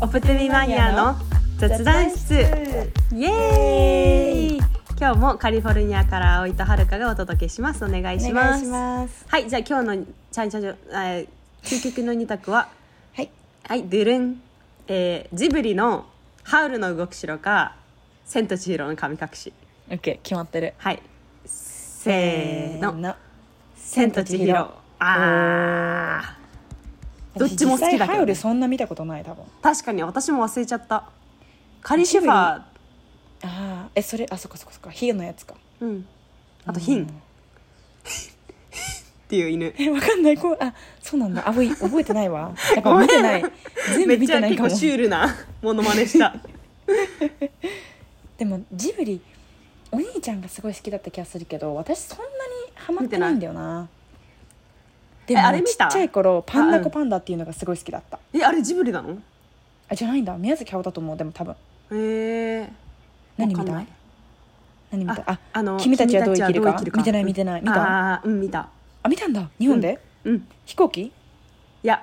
オプテミマニアの雑談室イエーイ今日もカリフォルニアから葵とはるかがお届けしますお願いしおま願いすします。はいじゃあ今日のチャンチャジョえー究極の二択ははい。はいドゥルン、えージブリのハウルの動く城か千と千尋の神隠しオッケー、決まってる。はいせーのの。千と千尋ああどっちも好きだけど私実際ハウルそんな見たことない、多分。確かに私も忘れちゃったカリシファーああ、え、それ、あ、そっかそっかそっか、ヒーのやつか。うんあとヒン、っていう犬え、わかんない、こう、あ、そうなんだ、あ、おい、覚えてない わ。やっぱ見てない。全め部っ見ちゃてない結かも構。シュールなモノマネした でも、ジブリ。お兄ちゃんがすごい好きだった気がするけど、私そんなにハマってないんだよな。でえあれ見も、ちたっちゃい頃、パンダあうんコパンダっていうのがすごい好きだった。えあれジブリなのあ、じゃないんだ、宮崎駿だと思う、でも、多分。へえ何見わかんたない何見たああの君たちはどう生きるか君たちはどう見てない見てない見たあーうん見たあ見たんだ日本で、うんい飛行機や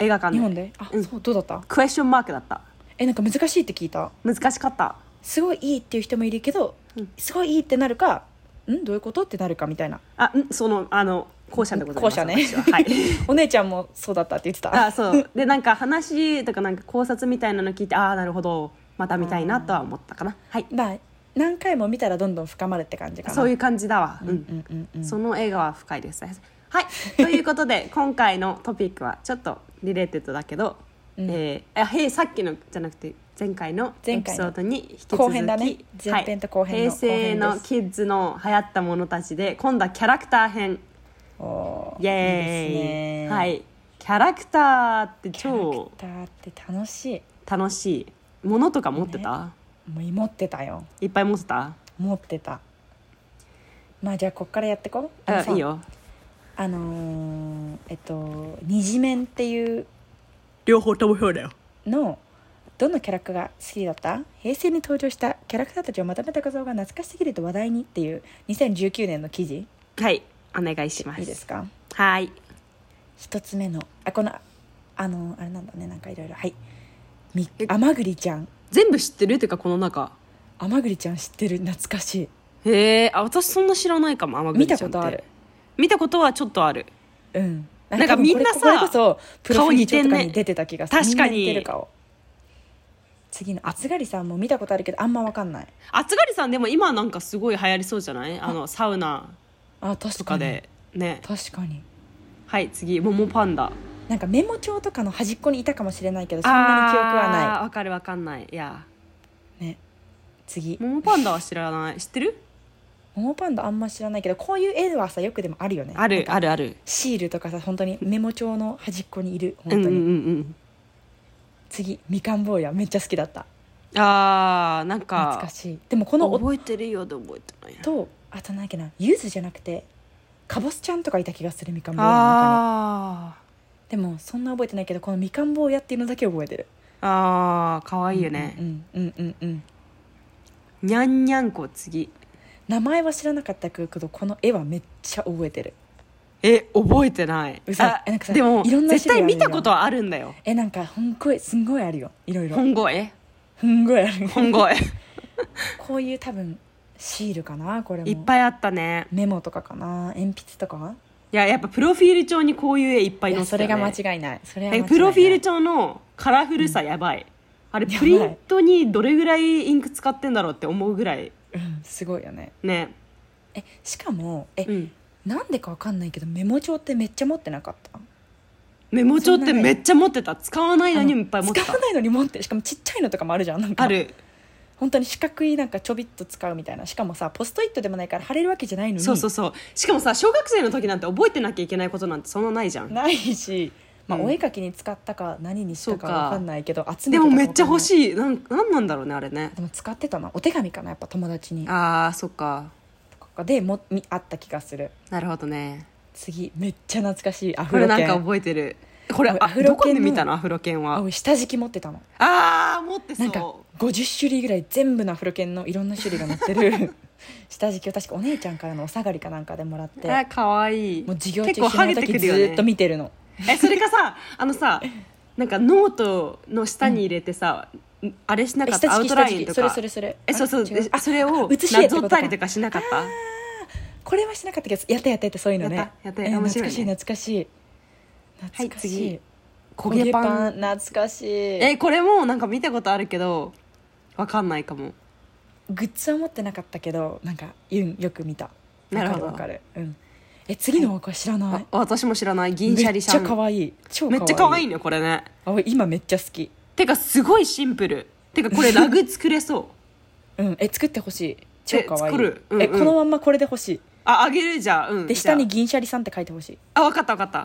映画館日で本であ、うんそうどうだったクエスチョンマークだったえなんか難しいって聞いた難しかったすごいいいっていう人もいるけど、うんすごいいいってなるかんどういうことってなるかみたいなあうんそのあの校舎でございます後者ね私は はいお姉ちゃんもそうだったって言ってたあそうでなんか話とかなんか考察みたいなの聞いてああなるほどまた見たいなとは思ったかなはいまあ何回も見たらどんどん深まるって感じかなそういうう感じだわうんんうんうんその映画は深いですね。はい、ということで今回のトピックはちょっとリレーテッドだけど、うんえーあへいさっきのじゃなくて前回のエ前ピ回ソのードに引き続き後編だね前編と後編はい、の平成後の編ですキッズの流行ったものたちで今度はキャラクター編おーイエーイいいですねはい、キャラクターってキャラ超クターって楽し楽しいものとか持ってた、いもう持ってたよいっぱい持ってた持ってたまあじゃあこっからやってこうあのあさいいよあのーえっと「にじめん」っていう両方ともそうだよのどのキャラクターが好きだった平成に登場したキャラクターたちをまとめた画像が懐かしすぎると話題にっていう2019年の記事はいお願いしますいいですかはい一つ目のあこのあのあれなんだねなんかいろいろはいみ甘栗ちゃん全部知ってるっていうかこの中甘栗ちゃん知ってる懐かしいへえあ私そんな知らないかも天見栗ちゃんったてことある見たことはちょっとあるうんなんかみんなさこれこれこそプロフィールとかに出てた気がする顔似てんね確かにみんな似てる顔次の厚刈りさんも見たことあるけどあんまわかんない厚刈りさんでも今なんかすごい流行りそうじゃないあのサウナあ確とかかにでね確かにはい次モモパンダなんかメモ帳とかの端っこにいたかもしれないけどそんなに記憶はあーわかるわかんないいやないね次モモパンダは知らない知ってる桃パンダあんま知らないけどこういう絵はさよくでもあるよねあなんるかあるあるシールとかさ本当にメモ帳の端っこにいるうん本うん当うに、ん次みかん坊やめっちゃ好きだったうんあーなんか懐かしいでもこの音覚えてるようで覚えてないとあと何だっけなゆずじゃなくてかぼすちゃんとかいた気がするみかん坊やの中にあーでもそんな覚えてないけどこのみかん坊やっていうのだけ覚えてるあーかわいいようねんうんうんうんにゃんにゃんこ次名前は知らなかったけどこの絵はめっちゃ覚えてるえ覚えてない嘘あえなんかさでもいろんな絶対種類ある見たことはあるんだよえなんかほんごいすんごいあるよいろいろ本声すんごいある本声こういう多分シールかなこれもいっぱいあったねメモとかかな鉛筆とかいややっぱプロフィール帳にこういう絵いっぱいい載やってそたれよねが間違いないそれは間違いえないプロフィール帳のカラフルさやばい、あれやばいプリントにどれぐらいインク使ってんだろうって思うぐらいうんすごいよねねえしかもえ、うんなんでかわかんないけどメモ帳ってめっちゃ持ってなかったメモ帳っそてんなねめっちゃ持ってた使わないのにもいっぱい持って使たわないのに持ってるしかもちっちゃいのとかもあるじゃんなんかある本当に四角いなんかちょびっと使うみたいなしかもさポストイットでもないから貼れるわけじゃないのにそうそうそうしかもさ小学生の時なんて覚えてなきゃいけないことなんてそんなないじゃんないし、まあうんお絵描きに使ったか何にしたそうかかわかんないけど集でめてたかもわかんなめいっちゃ欲しいなんなんなんだろうねあれねでも使ってたなお手紙かなやっぱ友達にあーそっかとかでもみあった気がするなるほどね次めっちゃ懐かしいアこフれロなんか犬覚えてるこれこれあアフどロ犬のこで見たのアフロ犬あは俺下敷き持ってたのああ持ってなんかそ50種類ぐらい全部のアフロ犬のいろんな種類が載って る下敷きを確かお姉ちゃんからのお下がりかなんかでもらっうてあかわいいもう授業中結構暇ハなゲて時くるずよねーっと見てるの えそれかさあのさなんかノートの下に入れてさ、あれしなかったアウトラインとそれかそれそれえそうそうあ違であそれを写し絵っなてことぞかったりとかしなかったこれはしなかったけどやったやったやったそういうのねやったやったえー面白い懐かしいね懐かしい懐かしい、はい次焦げパン焦げ懐かしいえこれもなんか見たことあるけどわかんないかもグッズは持ってなかったけどなんかユンよく見たなるほどわかるわかるうんえ次のこれ知らない、あ私も知らない銀シャリシャンめっちゃ可愛い超可め愛いっちゃ可愛いいねこれねあ俺今めっちゃ好きてかすごいシンプルてかこれラグ作れそううんえ作ってほしい超可愛いえ作るうんうんえこのまんまこれでほしああげるじゃん、うん、いでじゃ下あに銀シャリさんって書いてほしいあわかったわか ったあ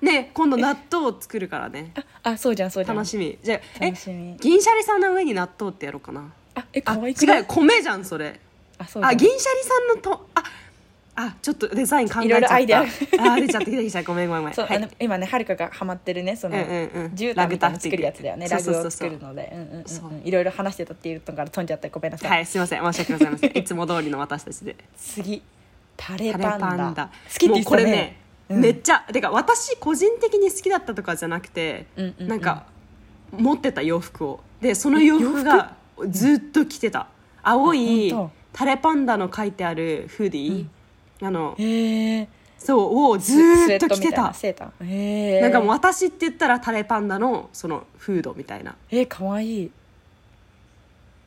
ねえ今度納豆を作るからねああそうじゃんそうじゃん楽しみじゃあえ楽しみ銀シャリさんの上に納豆ってやろうかなあえあ可愛くない違う米じゃんそれあそうじゃんあ銀シャリさんのとああちょっとデザイン考えちゃったいろいろアイデアあ出ちゃって出てきたごめんごめんごめんそう、はあのい今ねはるかがハマってるねその、うんうんうん絨毯みたいなの作るやつだよねララグタッチそグうそうそうそを作うるのでうんうんうんうんそういろいろ話してたっていうのから飛んじゃってごめんなさい、はいすいません申し訳ございませんいつも通りの私たちで次タレタパレンダパンダ好きって言ってもうこたねれね、うんめっちゃてか私個人的に好きだったとかじゃなくて、うんうんうんなんか持ってた洋服をでその洋服がずっと着てた青いあ本当タレパンダの書いてあるフーディー、あのへえそうをずーっと着てたセーターへえなんかもう私って言ったらタレパンダのそのフードみたいなえー、かわいい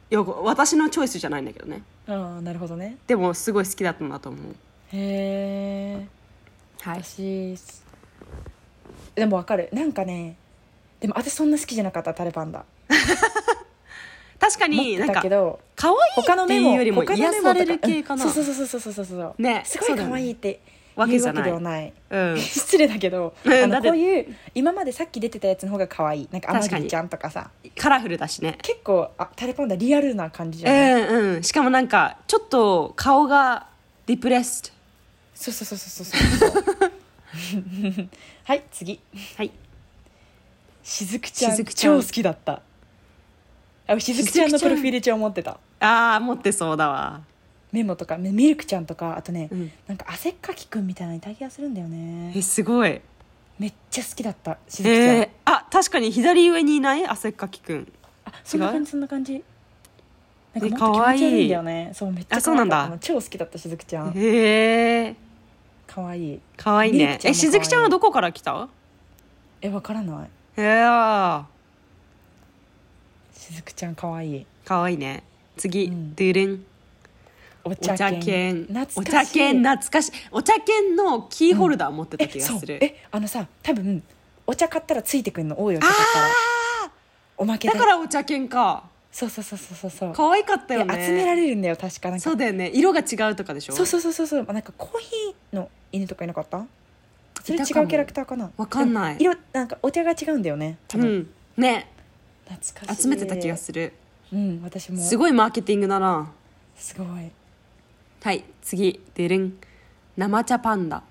よく私のチョイスじゃないんだけどねああなるほどねでもすごい好きだったんだと思うへえはい私でもわかるなんかねでも私そんな好きじゃなかったタレパンダ確か持っにてなんたかけど可愛い他のっていメうモよりも他癒のメモとさかれる系かなうんそうそうそうそうそうそうそうねすごい可愛いってわけ言うじゃわけなでいはないうん 失礼だけど、うんあだのってこういう今までさっき出てたやつの方が可愛いなんか天確かに樹ちゃんとかさカラフルだしね結構あタレパンダリアルな感じじうゃない、んうんしかもなんかちょっと顔がディプレスそうそうそうそうそうそう はい次はいしずくちゃんしずくちゃん超好きだったあしずくちゃんのプロフィール帳持ってたああ持ってそうだわメモとかミミルクちゃんとかあとね、うんなんか汗っかきくんみたいなのいた気がするんだよえねすごいめっちゃ好きだったしずくちゃん、えー、あ確かに左上にいない汗っかきくんあそんな感じそんな感じなんかえもっと気可愛持いち悪いんだよねそうめっちゃ可愛かったあそうなんだ超好きだったしずくちゃんへえ可愛いかわいいミルねクちゃんも可愛いえしずくちゃんはどこから来たえわからないいやしずくちゃん可愛いーかわいいね次、うんドゥルンおお茶犬犬お懐か茶しい犬懐かしいお茶犬のキーホルダー持ってた気えがそうする、えあのさ多分お茶買ったらついてくんの多いお茶買ったらおまけでだからお茶犬かそうそうそうそうそうそう可愛かったよねで集められるんだよ確かなんかそうだよね色が違うとかでしょそうそうそうそうそうなんかコーヒーの犬とかいなかったそれ違いたかもうキャラクターかなわかんないでも色なんかお茶が違うんだよね多う分、んね懐かしい集めてた気がするるうん私もすすごごいマーケティングだないはい次でるん生茶パンダ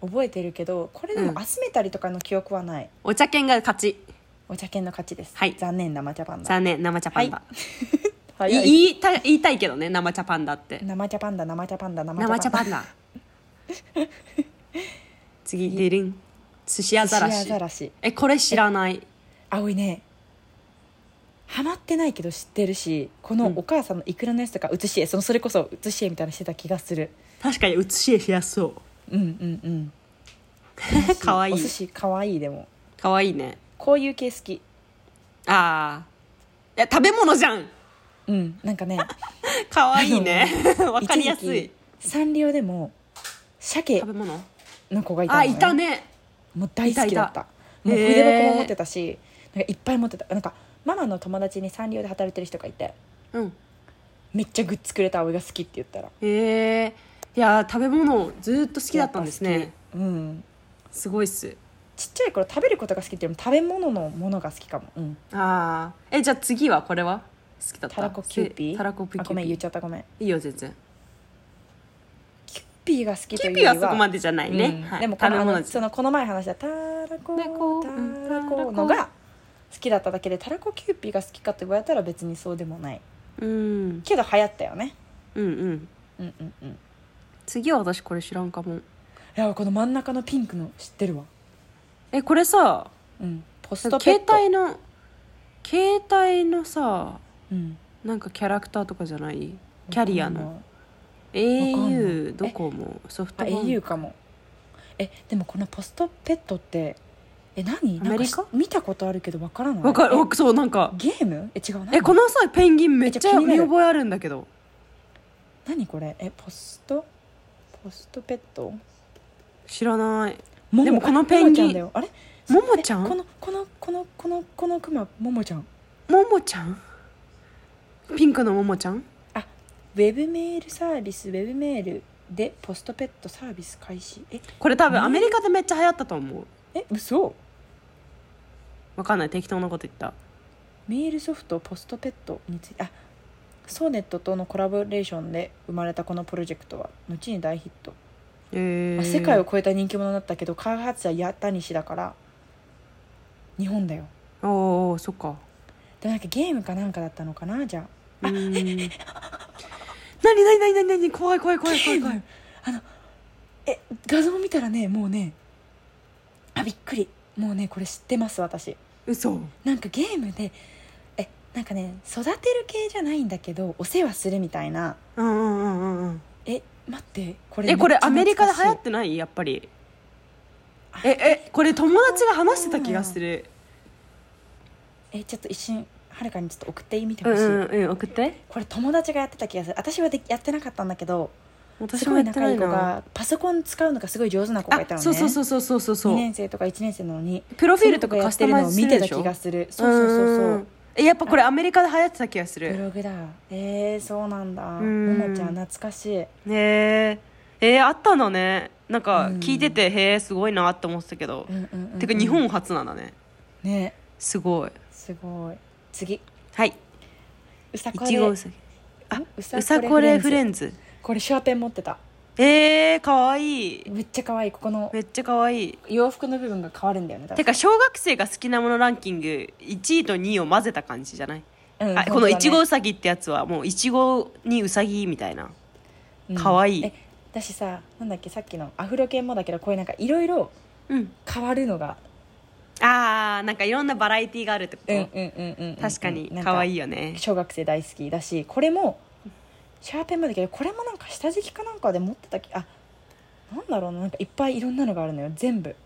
覚えてるけどこれでうもん集めたりとかの記憶はない、お茶犬が勝ちお茶犬の勝ちです、はい残念生茶パンダ残念生茶パンダ、はいい言いた言いたいけどね生茶パンダって生茶パンダ生茶パンダ生生茶パンダ次でるん寿司アザラ寿司シアザラシえこれ知らない葵ねハマってないけど知ってるしこのお母さんのいくらのやつとか写し絵そのそれこそ写し絵みたいなのしてた気がする確かに写し絵しやすそううんうんうん かわいいお寿司かわいいでもかわいいねこういう系好きあーいや食べ物じゃ んうんなんかねかわいいね わかりやすい一時期サンリオでも鮭食べ物の子がいたの、あね、いたねもう大好きだったいもうへー筆箱も持ってたしなんかいっぱい持ってたなんかママの友達にサンリオで働いてる人がいてうんめっちゃグッズくれた葵が好きって言ったら好へえいやー食べ物ずっと好きだったんですねうんすごいっすちっちゃい頃食べることが好きっていうよりも食べ物のものが好きかも、うん、あーえじゃあ次はこれは好きだったたらこキューピーせたらこピあーキごュめん言ーピっーちゃったごめんいいよ全然キューピーが好きキとュいーうよピりーははそこまでじゃないね、うんはい、でもこ食のべあ物のですそのこの前話したたらこたらこたうんらたらここのが好きだっただけでたらこキューピーが好きかって言われたら別にそうでもないうんけど流行ったよねうんうんうんうんうんい次は私これ知らんかもやこの真ん中のピンクの知ってるわえこれさうんポポストペッ携ト帯の携帯のさうんなんかキャラクターとかじゃないキャリアのんない au ドコモソフあトバンク au かもえでもこのポストペットってえ何アなんメかリしカ見たことあるけどわからないわかるえわそうなんかゲームえ違うな えこのさペンギンめっちめっちゃゃ気にな見る覚えあるんだけど何これえポストポストペット知らないもでもこのペンギンだよあれももちゃえこんのこのこのこのこのクマももちゃんももちゃんピンクのももちゃんウェブメールサービスウェブメールでポストペットサービス開始えこれ多分ねアメリカでめっちゃ流行ったと思うえ嘘わかんない適当なこと言ったメールソフトポストペットについてあソーネットとのコラボレーションで生まれたこのプロジェクトは後に大ヒット、えあー、世界を超えた人気者だったけど開発者や谷氏だから日本だよおーそっかでもなんかゲームかなんかだったのかなじゃうーんなになになになになに怖い怖いあ怖い怖い怖ゲいーム あのえ画像見たらねもうねあびっくりもうねこれ知ってます私嘘なんかゲームでえなんかね育てる系じゃないんだけどお世話するみたいなうんうんうんうんうんえ待ってこれえこれアメリカで流行っってないやっぱりあええこれ友達が話してた気がするえちょっと一瞬はるかにちょっと送ってみてうほんしい、うんうん送ってこれ友達がやってた気がする私はでやってなかったんだけど私すもごいやってな仲いいい子ながパソコン使うのがすごい上手な子がいたあのねそうそうそうそうそうそうそ2う年生とか1年生なのにプロフィールとかそういう子がやカっスてタるマのイをズす見るてでたしょ気がするそうそうそうそんんうんえやっぱこれアメリカで流行ってた気がすブるログだえー、そうなんだんももちゃん懐かしいへええー、あったんだねなんかうん聞いてて、へえすごいなって思ってたけどう、んうんうんうんてか日本初なんだねねすごいすごい次はいうさいこちごうれさぎあうさこれフレンズこれシュワペン持ってたえー、かわいいめっちゃ可愛いここのめっちゃかわいい洋服の部分が変わるんだよね多分てか小学生が好きなものランキング1位と2位を混ぜた感じじゃない、うんあ本当このだねいちごうさぎってやつはもういちごにうさぎみたいなうんかわいいえ私さなんだっけさっきのアフロ犬もだけどこういうなんかいろいろうん変わるのがあーなんかいろんなバラエティーがあるってこと、うんうんうん確かにかわいいよよね小学生大好きだしこれもシャーペンもだけどこれもなんか下敷きかなんかで持ってたきあなんだろうななんかいっぱいいろんなのがあるのよ全部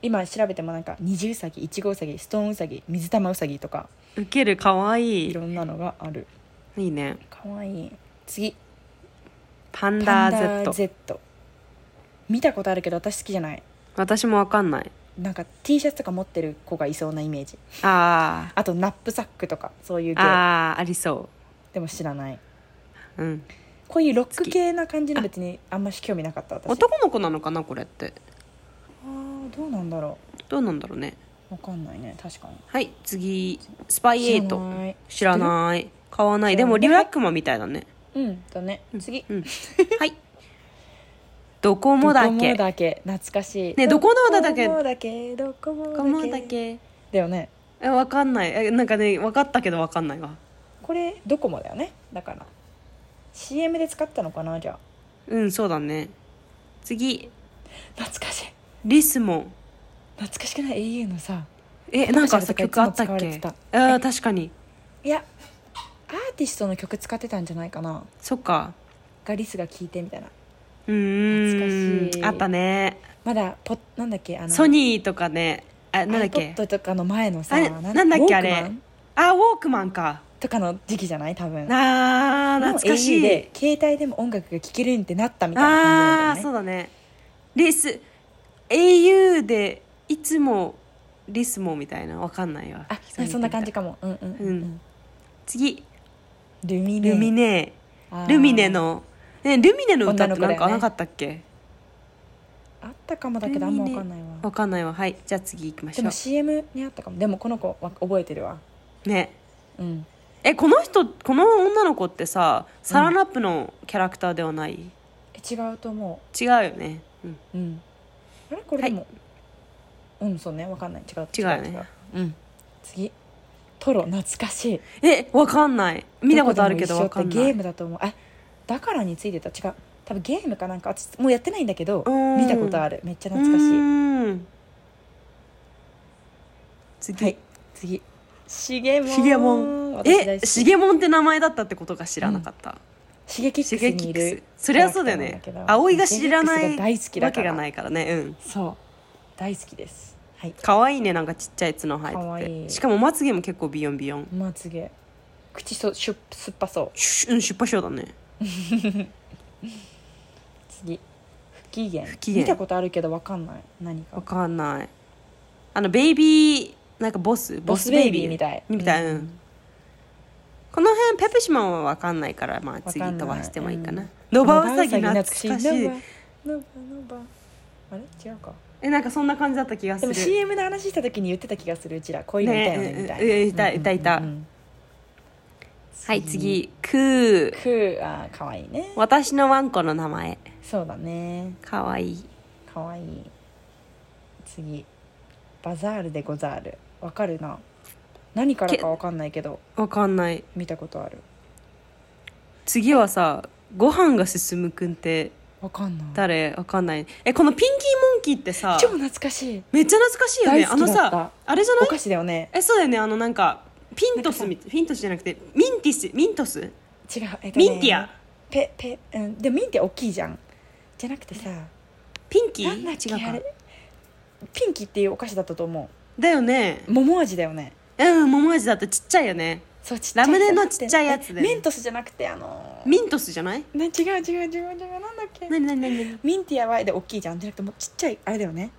今調べてもなんか二重うさぎいちごうさぎストーンうさぎ水玉うさぎとかウケるかわいいいろんなのがあるいいねかわいい次パンダパンダ Z, Z 見たことあるけど私好きじゃない私もわかんないなんか T シャツとか持ってる子がいそうなイメージああとナップサックとかそういうー系あーありそ、でも知らないううん、こういうロック系な感じの別にあんまし興味なかった私男の子なのかなこれってあーどうなんだろどうなんだろうねうわかんないね確かにはい次スパイエイト知ら知らなないい買わないでも知らないリラックマみたいだ ねうんだね次うんはいドコモだけドコモだけ懐かしいねドコモだけドコモだけドコモだドけコモだけだよねえわかんないえなんかね分かったけどわかんないわこれドコモだよねだから CM で使ったのかなじゃあうんそうだね次懐かしいリスモ懐かしくない au のさえなんかさポテ曲あトったシャルとかっいつも使われてけたああ確かにいやアーティストの曲使ってたんじゃないかなそっかがリスが聴いてみたいなうーん懐かしいあったねまだポなんだっけあのソニーとかねあなんだっけ iPod とかの前のさあれなんだっけあれウォークマンあウォークマンかとかの時期じゃない多分あー懐かしいの au で携帯でも音楽が聴けるんってなったみたいなあ感あじそなんだうよだねねリス au でいつもリスもみたいなわかんないわあそんな感じかもうんうん、うんうん次ルミネルミネ、あールミネの、ね、ルミネの歌って女の子なだんよねかなかったっけあったかもだけどあんま分かんないわわかんないわはいじゃあ次行きましでょも CM にあったかもでもこの子は覚えてるわうねうんえこの人この女の子ってさサランラップのキャラクターではない、え違うと思違うよね、うん、ううんあれこれでも、うんそうね分かんない違う違うよねうん次トロ懐かしいえわかんない見たことあるけどわわかんゲなーいムだと思うあだからについてた違う多分ゲームかなんか私もうやってないんだけどうん見たことあるめっちゃ懐かしいい次、はい次しげもんシゲモンえシゲモンって名前だったってことが知らなかった、シゲキックシスゲキにッいクスるそりゃそうだよねキャラクターなんだけど葵が知らなシゲキックいスが大好きだわかけらがないからねうんそう大好きですはい可愛いねなんかちっちゃい角生えててかわいいしかもまつげも結構ビヨンビヨンまつげ口そしゅ酸っぱそうシュうん出発症だね次不機嫌機嫌見たことあるけどわかんない何わかかんないあのベイビーなんかボスボスベイビーみいたいみたい、うんこの辺ペプシマンはわかんないからまあわ次かんない飛ばしてもいいかうなんロバウサギ懐かしいノバノバあれ違うかえなんかそんな感じだった気がすでもる CM の話した時に言ってた気がするうちらこういうのいたよねねみたうんうんいいたいたいたはい次クークーあーかわいいね私のワンコの名前そうだねかわいいかわいい次バザールでござるわかるな何からかわかんないけどわかんない見たことある次はさご飯が進むくんってわかんない誰わかんないえこのピンキーモンキーってさ超懐かしいめっちゃ懐かしいよ大ね好あきのだったさあれじゃなおい菓子だよねえそうだよねあのなんかピントスみピントスじゃなくてミンティスミントス、違う、えっとミねンティアペペうんでもミンティア大きいじゃんじゃなくてさピンキなんだっけー違あうれかピンキーっていうお菓子だったと思だよねう桃味だよねうん桃味だってちっちゃいよねそうちっちラムネのちっちゃいやつだよねメントスじゃなくてあのーミントスじゃないね違う違う違う違うなんだっけ何何何何ミンティアはで大きいじゃんじゃなくてもうちっちゃいあれだよね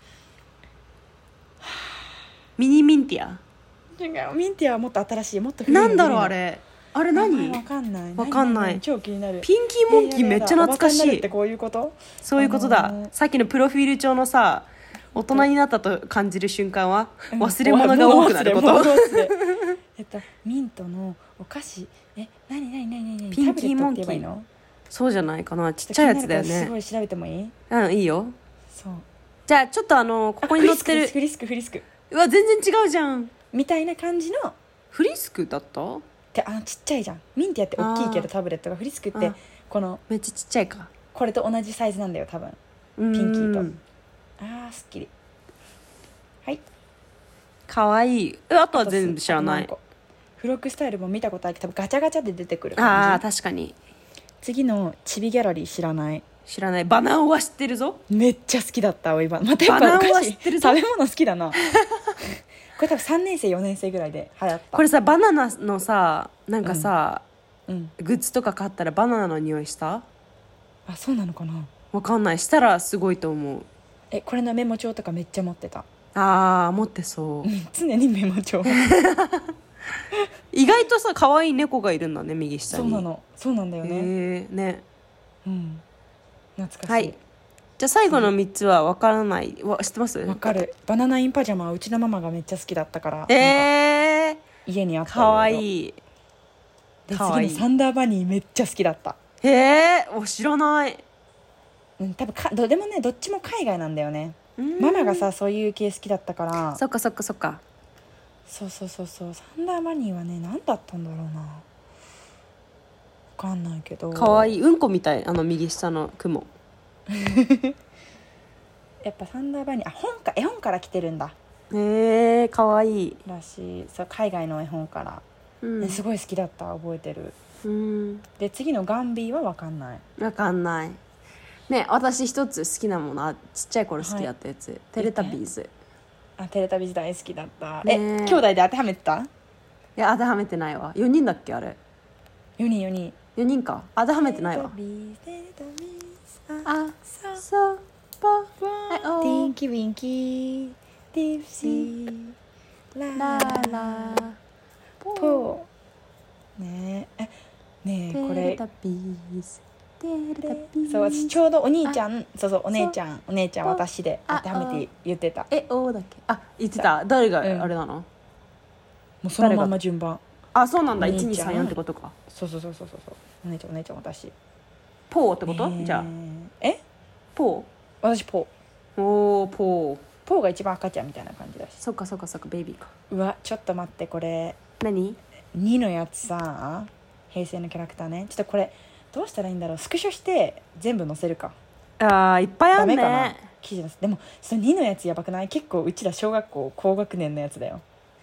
ミニミンティア違うミンティアはもっと新しいもっと古いのなんだろうあれあれ古いの何わかんないわかんない何超気になるピンキーモンキーめっちゃ懐かしえーやだやだおバカになるいってこういうことそういうことだ、あのーさっきのプロフィール帳のさ大人になったと感じる瞬間は 忘れ物うがん多くなるこもうと忘れもう忘れえっとミントのお菓子え何何何何何ピンキーモンキータブレットって言えばいいのそうじゃないかなちちっょっとちゃいやつだよ気になるからすごねい調べてもいいうんいいよそうじゃあちょっとあのここに載ってるフリスクフリスクフリスうわ全然違うじゃんクみたいな感じのフリスクだったであのちっちゃいじゃんミンティアって大きいけどタブレットがフリスクっあてーこのめっちゃちっちゃいかこれと同じサイズなんだよ多分ピンキーとあーすっきりはいかわいいえあとはあと全部知らなあいともう一個フロックスタイルも見たことあるけど多分ガチャガチャで出てくるああ感ーじ確かに次のチビギャラリー知らない知らないバナオは知ってるぞめっちゃ好きだったお今またやっバナぱナお菓は子知ってるぞ食べ物好きだな これ多分3年生4年生ぐらいで流行ったこれさバナナのさなんかさ、うんグッズとか買ったらバナナの匂いしたあそうなのかなわかんないしたらすごいと思うえこれのメモ帳とかめっちゃ持ってた あー持ってそう常にメモ帳意外とさ可愛い猫がいるんだね右下にそうなのそうなんだよへね、えねうん懐かはしい、いじゃあ最後の3つはわからないわ知ってますわかるバナナインパジャマはうちのママがめっちゃ好きだったから、えなんえか家にあっー、たかわいいいでかわいい次のサンダーバニーめっちゃ好きだったへえお知らないうん多分かどでもねどっちも海外なんだよねうんママがさそういう系好きだったからそっかそっかそっかそうそうそうそうサンダーバニーはね何だったんだろうなわかんないけどかわいいいうんこみたいあの右下の雲やっぱサンダーバニーあ本か絵本から来てるんだへえかわいい、らしいそう海外の絵本から、うんねすごい好きだった覚えてるうんで次のガンビーはわかんないわかんないね私一つ好きなものあちっちゃい頃好きだったやつ、テレタビーズあテレタビ時代好きだった、えねえ兄弟で当てはめてたいや当てはめてないわ4人だっけあれ4人4人4人か当てはめてないわあそうぽテあおィンキウィンキーディプシーララーラポーねええねえこテレれタビーズテレタビーズそう私ちょうどお兄ちゃんそうそうお姉ちゃんお姉ちゃん私で当てはめて言ってたえおだっけあ言ってた誰がうんあれなの、もうそのまんま順番あそうなんだお兄ちゃん1234ってことかそうそうそうそうそうそうお姉ちゃんお姉ちゃん私ポーってこと、ねえじゃあえポ私ポーーおーポーポーが一番赤ちゃんみたいな感じだしそっかそっかそっかベイビーかうわちょっと待ってこれ何2のやつさ平成のキャラクターねちょっとこれどうしたらいいんだろうスクショして全部載せるかあーいっぱいあダんねメかな記事載せでもその2のやつやばくない結構うちら小学校高学年のやつだよ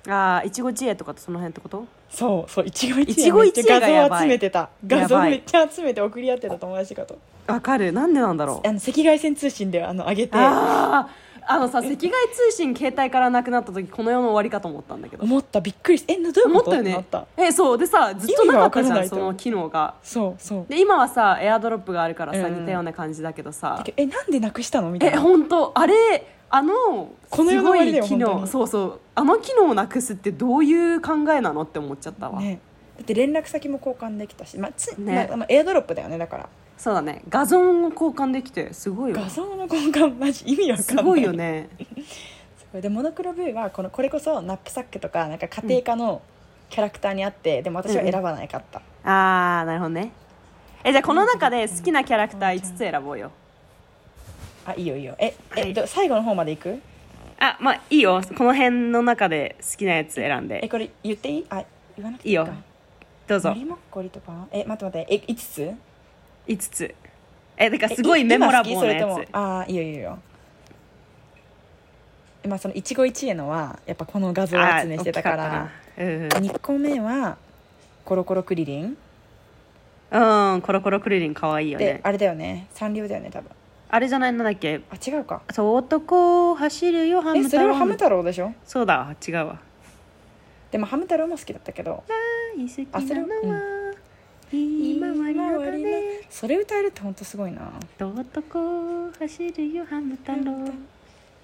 ああいちご知恵とかその辺ってことそうそういちご一いち恵ごめっ一ち会ゃがや画像ばい集めてた画や像ばいめっちゃ集めて送り合ってた友達かとわかるなんでなんだろうあの赤外線通信であの上げてあああのさ赤外通信携帯からなくなった時この世の終わりかと思ったんだけど思ったびっくりしてえなどういう思こっとたよってなねったえそうでさずっとなかったじ意味がわからゃなんいそとの機能がそうそうで今はさエアドロップがあるからさ、うん似たような感じだけどさだけどえなんでなくしたのみたいえな本当あれあのこの世の終わりだよすごい機本当能にそうそうあの機能をなくすってどういう考えなのって思っちゃったわ、ねだって連絡先も交換できたし、まあつねまあまあ、エアドロップだよねだからそうだね画像を交換できてすごいよ画像の交換マジ意味わかんすないごいよねすごいでモノクロ V はこのこれこそナップサックとかなんか家庭科のキャラクターにあって、でも私は選ばないかった、ああなるほどねえじゃあこの中で好きなキャラクター5つ選ぼうよあいいよいいよええ、はいど最後の方までいくあまあいいよこの辺の中で好きなやつ選んえでこれ言っていいあ言わなくていいいいかよどうのぞりもっこりとかえ待って待ってえ5つ5つえだからえすごいいメモラボ今好ーきなそれともやつあーいいよいいよえまあその一期一会のはやっぱこの画像をあ集めしてたから大きかったな2個目はコロコロクリリンうん、うん、コロコロクリリン可愛いよで、ねあれだよねサンリオだよね多分あれじゃないなんだっけあ違うかそう男を走るよハえムそ太れ郎はハム太郎でしょそうだわ違うわでもハム太郎も好きだったけど大好きあそなれのは、ひまわりのひまわ種りのそれ歌えるってほんとすごいな男を走るよハム太郎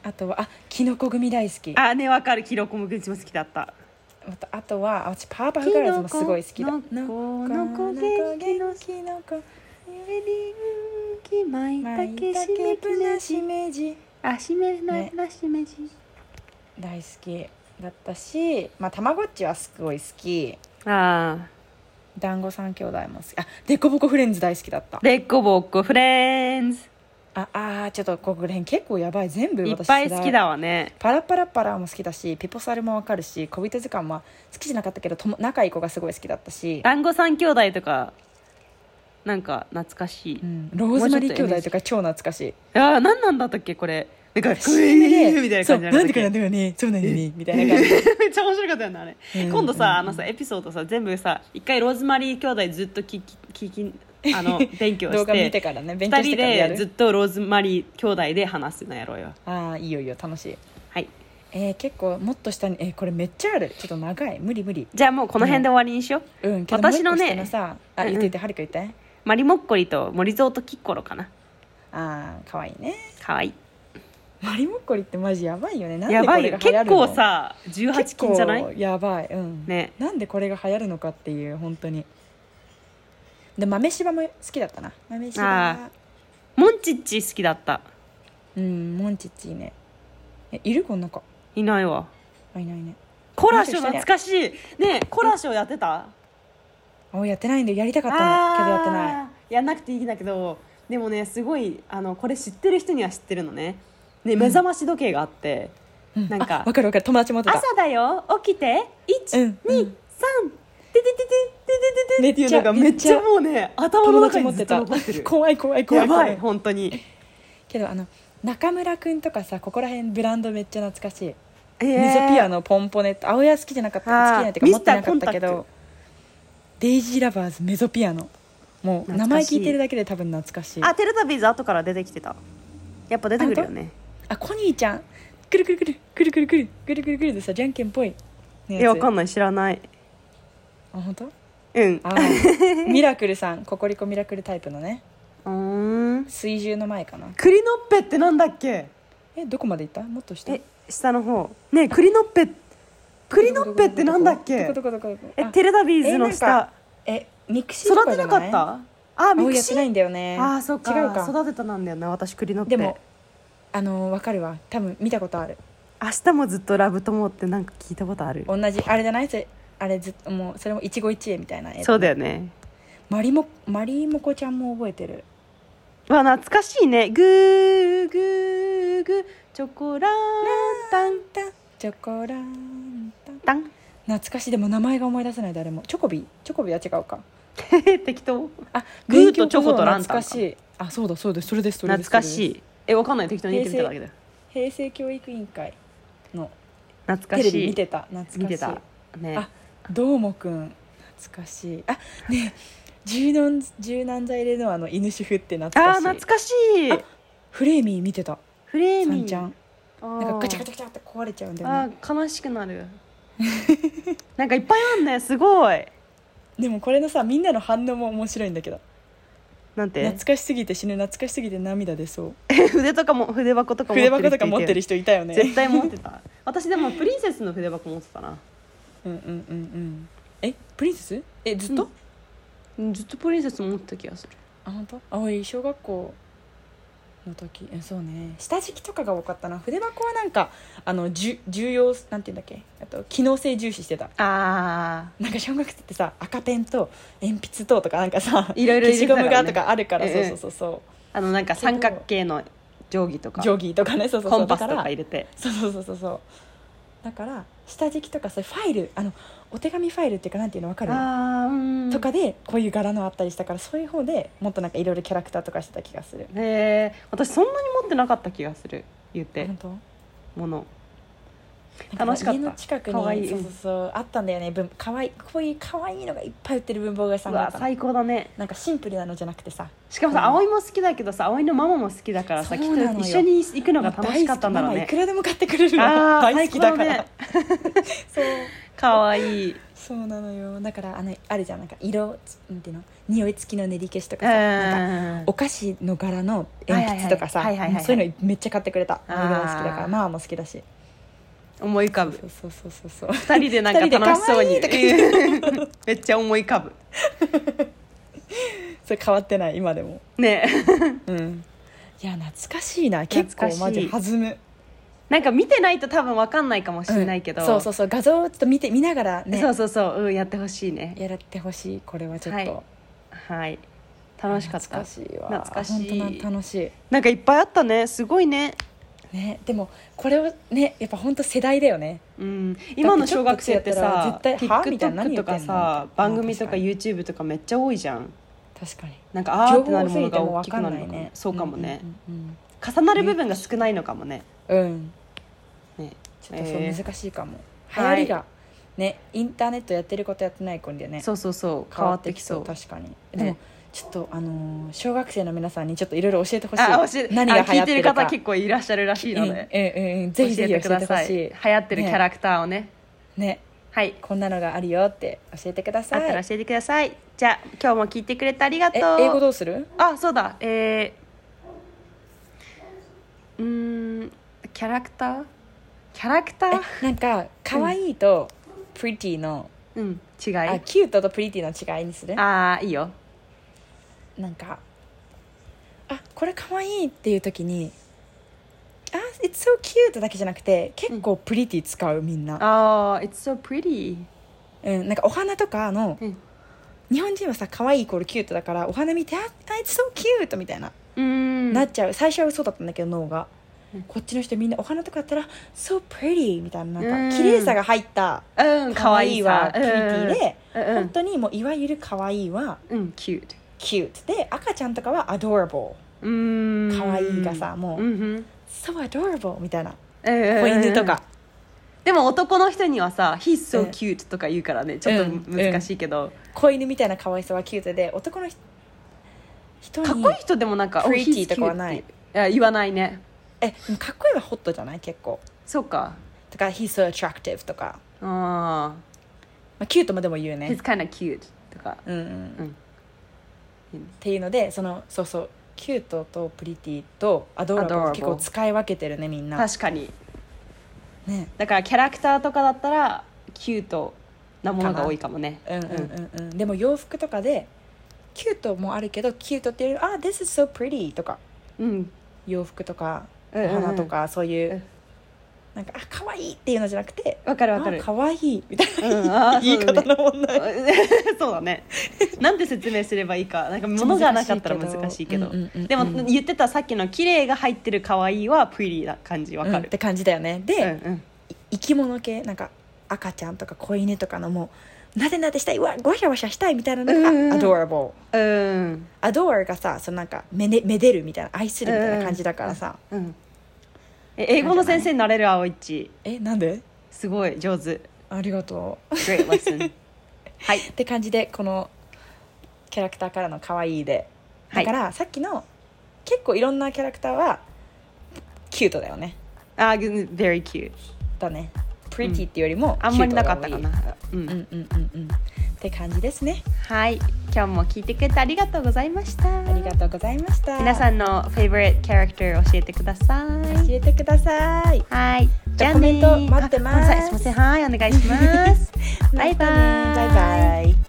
あとはあキノコ組大好きああねわかるキノコもグチも好きだったとあとはあ私パーパフガールズもすごい好きだキノコのこの元気のキノコキマイまいタケたシメけキぶナなシしめじあしめなねなしめじ大好きだったしまあたまごっちはすごい好きあ団子三兄弟も好きあデコボコフレンズ大好きだったでっこぼっこフレンズああーちょっと国連結構やばい全部い私っぱい世好代きだわねパラパラパラも好きだしピポサルもわかるし小人図鑑は好きじゃなかったけどとも仲いい子がすごい好きだったし、団子三兄弟とかなんか懐かしい、うん、ローズマリー兄弟とか超懐かしいあー何なんだったっけこれなんか CM グイーみたいでなそ感うじなじゃんなでかったっかなんけでかねそうなんでねみたいな感じめっちゃ面白かったよねあれ、うん今度うんさあのさエピソードさ全部さ一回ローズマリー兄弟ずっと聞き聞きあ の勉強して動画見てからね勉強二して人からやでずっるとローズマリー兄弟で話すのやろうよああいいよいいよ楽しいはいえー、結構もっと下にえー、これめっちゃあるちょっと長い無理無理じゃあもうこの辺で終わりにしよう、うんけど私のねもう一個下さあうんうん言って言ってはるか言ってマリモッコリと森蔵とキッコロかなああかわいいねかわいいマリモッコリってマジやばいよねなんでやこばいれよが結流行るの構さ18金じゃない結構やばいうんねなんでこれが流行るのかっていう本当にで豆柴も好きだったな豆あ柴モンチッチ好きだったうんモンチッチいいねえいるこんな子いないわあいないねコラショ懐かしいねえコラショやってたあやってないんでやりたかったあのーけどやってないやんなくていいんだけどでもねすごいあのこれ知ってる人には知ってるのねね目覚まし時計があって、うんなんかあわかるわかる友達も持って朝だよ起きて123、うん3ててててててててっていうのがめめっっちちゃゃもうねた頭の中友に達ずっと持残ってってる た怖い怖い怖やい怖ばいい本当にけどあの中村くんとかさここら辺ブランドめっちゃ懐かしい、えニゼピアのポンポネット青屋好きじゃなかったあー好きじゃないっていうか持ってなかったけミスターコンタどデイジーラバーズメゾピアノもう名懐か前しい聞いてるだけで多分懐かしいあテレタビーズ後から出てきてたやっぱ出てくるよねあコニーちゃんくるくるくるくるくるくるくるくるくるでさじゃんけんぽいねえわかんんない知らないあ本当うんあ ーミラクルさんココリコミラクルタイプのねうーん水獣の前かなクリノッペってなんだっけえどこまで行ったもっと下え下の方ねえクリノッペクリノッペってなんだっけどこどこどこどこえあテレタビーズのえなん下かえ肉親と育てかじゃななかいったあミ青クやっシてーないんだよねあーそっか違うか育てたなんだよね私クリノッペでもあのーわかるわ多分見たことある明日もずっとラブ友ってなんか聞いたことある同じあれじゃないそれあれずっともうそれも一期一会みたいな絵そうだよねマリモマリモコちゃんも覚えてるわ懐かしいねグーグーグーチョコラータンタンチョコランタンタン 懐かしいでも名前が思い出せない誰もチョコビチョコビは違うか適当あグーとチョコとランタンか懐かしいあそうだそうですそれですそれで懐すかしいえわかんない適当に言ってみただけだよ平成教育委員会の懐かテレしビい見てた懐かしい見てたねあどーもくん懐かしいあねえ柔軟柔軟剤入れのあの犬主婦って懐あーかしい懐かしいあフレーミー見てたフレーさミーんちゃんあなんかガチャガチチャガチャって壊れちゃうんだよあねー悲しくな るなんかいっぱいあんねすごいでもこれのさみんなの反応も面白いんだけどなんて懐かしすぎて死ぬ懐かしすぎて涙出そう 筆とかも筆箱とか持って筆る人い箱とか持ってる人人いたよね絶対持ってた私でもプリンセスの筆箱持ってたなうんうんうんうんえプリンセスえずっと、うんうんずっとプリンセス持ってた気がするあ本当あおい小学校の時えそうね下敷きとかが多かったな筆箱はなんかあのじゅ重要なんていうんだっけあと機能性重視してたあなんか小学生ってさ赤ペンと鉛筆ととかなんかさいろいろ消しゴムが入れてたからねとかあるから、ええそうそうそうあのなんか三角形の定規とそうか定規とかねそうそうそうコンパスとだから入れてそうそうそうそうそうだから下敷きとかそういうファイルあのお手紙ファイルっていうかなんていうのわかるあーうんとかでこういう柄のあったりしたからそういう方でもっとなんかいろいろキャラクターとかしてた気がするへえ私そんなに持ってなかった気がする言って本当ものなん楽しかった家の近くに可愛いそうそうそうあったんだよね文かわいいこういう可愛いのがいっぱい売ってる文房具屋さうんがあわったの最高だねなんかシンプルなのじゃなくてさしかもうさん葵も好きだけどさ葵のママも好きだからさきそっうとなのよ一緒に行くのが楽しかったんだろうママいねくらでも買ってくれるのあー大好きだから、 最そうかわいいそうなのよだからあのあるじゃんなんか色なんていうの匂い付きの練り消しとかうさなんかんお菓子の柄の鉛筆とかさはいはいはいはいはいはいはいそういうのめっちゃ買ってくれたあ大ー好きだからママも好きだし思い浮かそうぶそうそうそうそう 二人でなんか楽しそうに二人で めっちゃ思い浮かぶそれ変わってない今でもねえうんいや懐かしいな懐結かしい構マジ弾むなんか見てないと多分わかんないかもしれないけど、うんそうそうそう画像をちょっと見て見ながらねそうそうそううんやってほしいねやらってほしいこれはちょっと、ははい楽しかった懐かしいわ懐かしい本当な楽しなんかいっぱいあったねすごいねいねでもこれをねやっぱ本当世代だよねうん、今の小学生ってさだってちょっとやったら絶対はみたい TikTok な何言とってんのかさ番組とかまあ確かに YouTube とかめっちゃ多いじゃん確かになんかあーってなるもの情が報大多きすぎてもくなるのわかんないもねそうかもねうん重なる部分が少ないのかもねうんうんうんねちょっとそうえー難しいかも、はい流行りがねインターネットやってることやってない子にでねそうそうそう変わってきそう確かに、でもねちょっとあのー小学生の皆さんにちょっといろいろ教えてほしいあ教え何があ流聞行いっててるるか方結構いらっしゃるらしいのでうんうんうん、教ぜひぜえてひ教えくてだほさいし流行ってるキャラクターをねいねはいこんなのがあるよって教えてくだあさったらい教えてくださいじゃあ今日も聞いてくれてありがとえう英語どうするあそうだえー、うーんキャラクターキャラクターえなんか可愛いとプリティの、うん違あいキュートとプリティの違いにするああいいよなんかあこれ可愛いっていう時にあ it's so cute だけじゃなくて結構プリティ使うみんな、ああ it's so pretty うんなんかお花とかの、うん日本人はさ可愛いイコールキュートだからお花見てああ it's so cute みたいな、うーんなっちゃう最初は嘘だったんだけど脳が、うんこっちの人みんなお花とかだったら so pretty みたいなうなんんか綺麗さが入ったうん可愛いわ可愛いはプリティで、うんうん本当にもういわゆる可愛いはうん cute cute で赤ちゃんとかは adorable うーん可愛いがさもううんうん so adorable みたいなうんうんうん子犬とか、でも男の人にはさ「he's う so ん cute」とか言うからねちょっと難しいけど、子犬みたいな可愛さはキュートで男の人人にかっこいい人でもなんか「 Pretty oh, he's とかはない cute ってや言わないねえでもかっこいいはホットじゃない結構そうかとか「he's so attractive」とか、ああまあ、キュートもでも言 He's うね、 kind of cute とか。うんうんうんっていうのでそのそうそうキュートとプリティとアドーラ Adorable ブ結構使い分けてるねみんな、確かに。ね、だからキャラクターとかだったら、キュートなものが多いかもね。うんうんうんうんでも洋服とかでキュートもあるけどキュートっていうよりあ this is so pretty」とかうん。洋服とかうおんうんうん花とかそういう、うんなんか「あ可愛いっていうのじゃなくてわかるあわかる。可愛いみたいな、うんあー言い方の問題、そうだね。なんて説明すればいいか。なんか物がなかったら難しいけど。うんうんうんうんでも言ってたさっきの綺麗が入ってる可愛いはプリな感じわかうんっる。て感じだよねうんで、うん。い生き物系なんか赤ちゃんとか子犬とかのもうなでなでしたいわごしゃごしゃしたいみたいなのが、うんうんうんアドラブルうん。アドラがさそのなんかめでめでるみたいな愛するみたいな感じだからさ、うん。え英語の先生になれる青いち。えなんですごい上手ありがとう Great lesson はいって感じでこのキャラクターからの可愛いではだいから、さっきの結構いろんなキャラクターはキュートだよねあー very cute だねプリティっていうよりもあんまりなかったかなキュートがう多いうんんうんうんうんって感じですねはい今日も聞いてくれてありがとうございましたありがとうございました皆さんの favorite character 教えてください教えてくださいはいじゃあコメント待ってます あごめんなさいすみませんはいお願いしますバイバイまたねバイバイ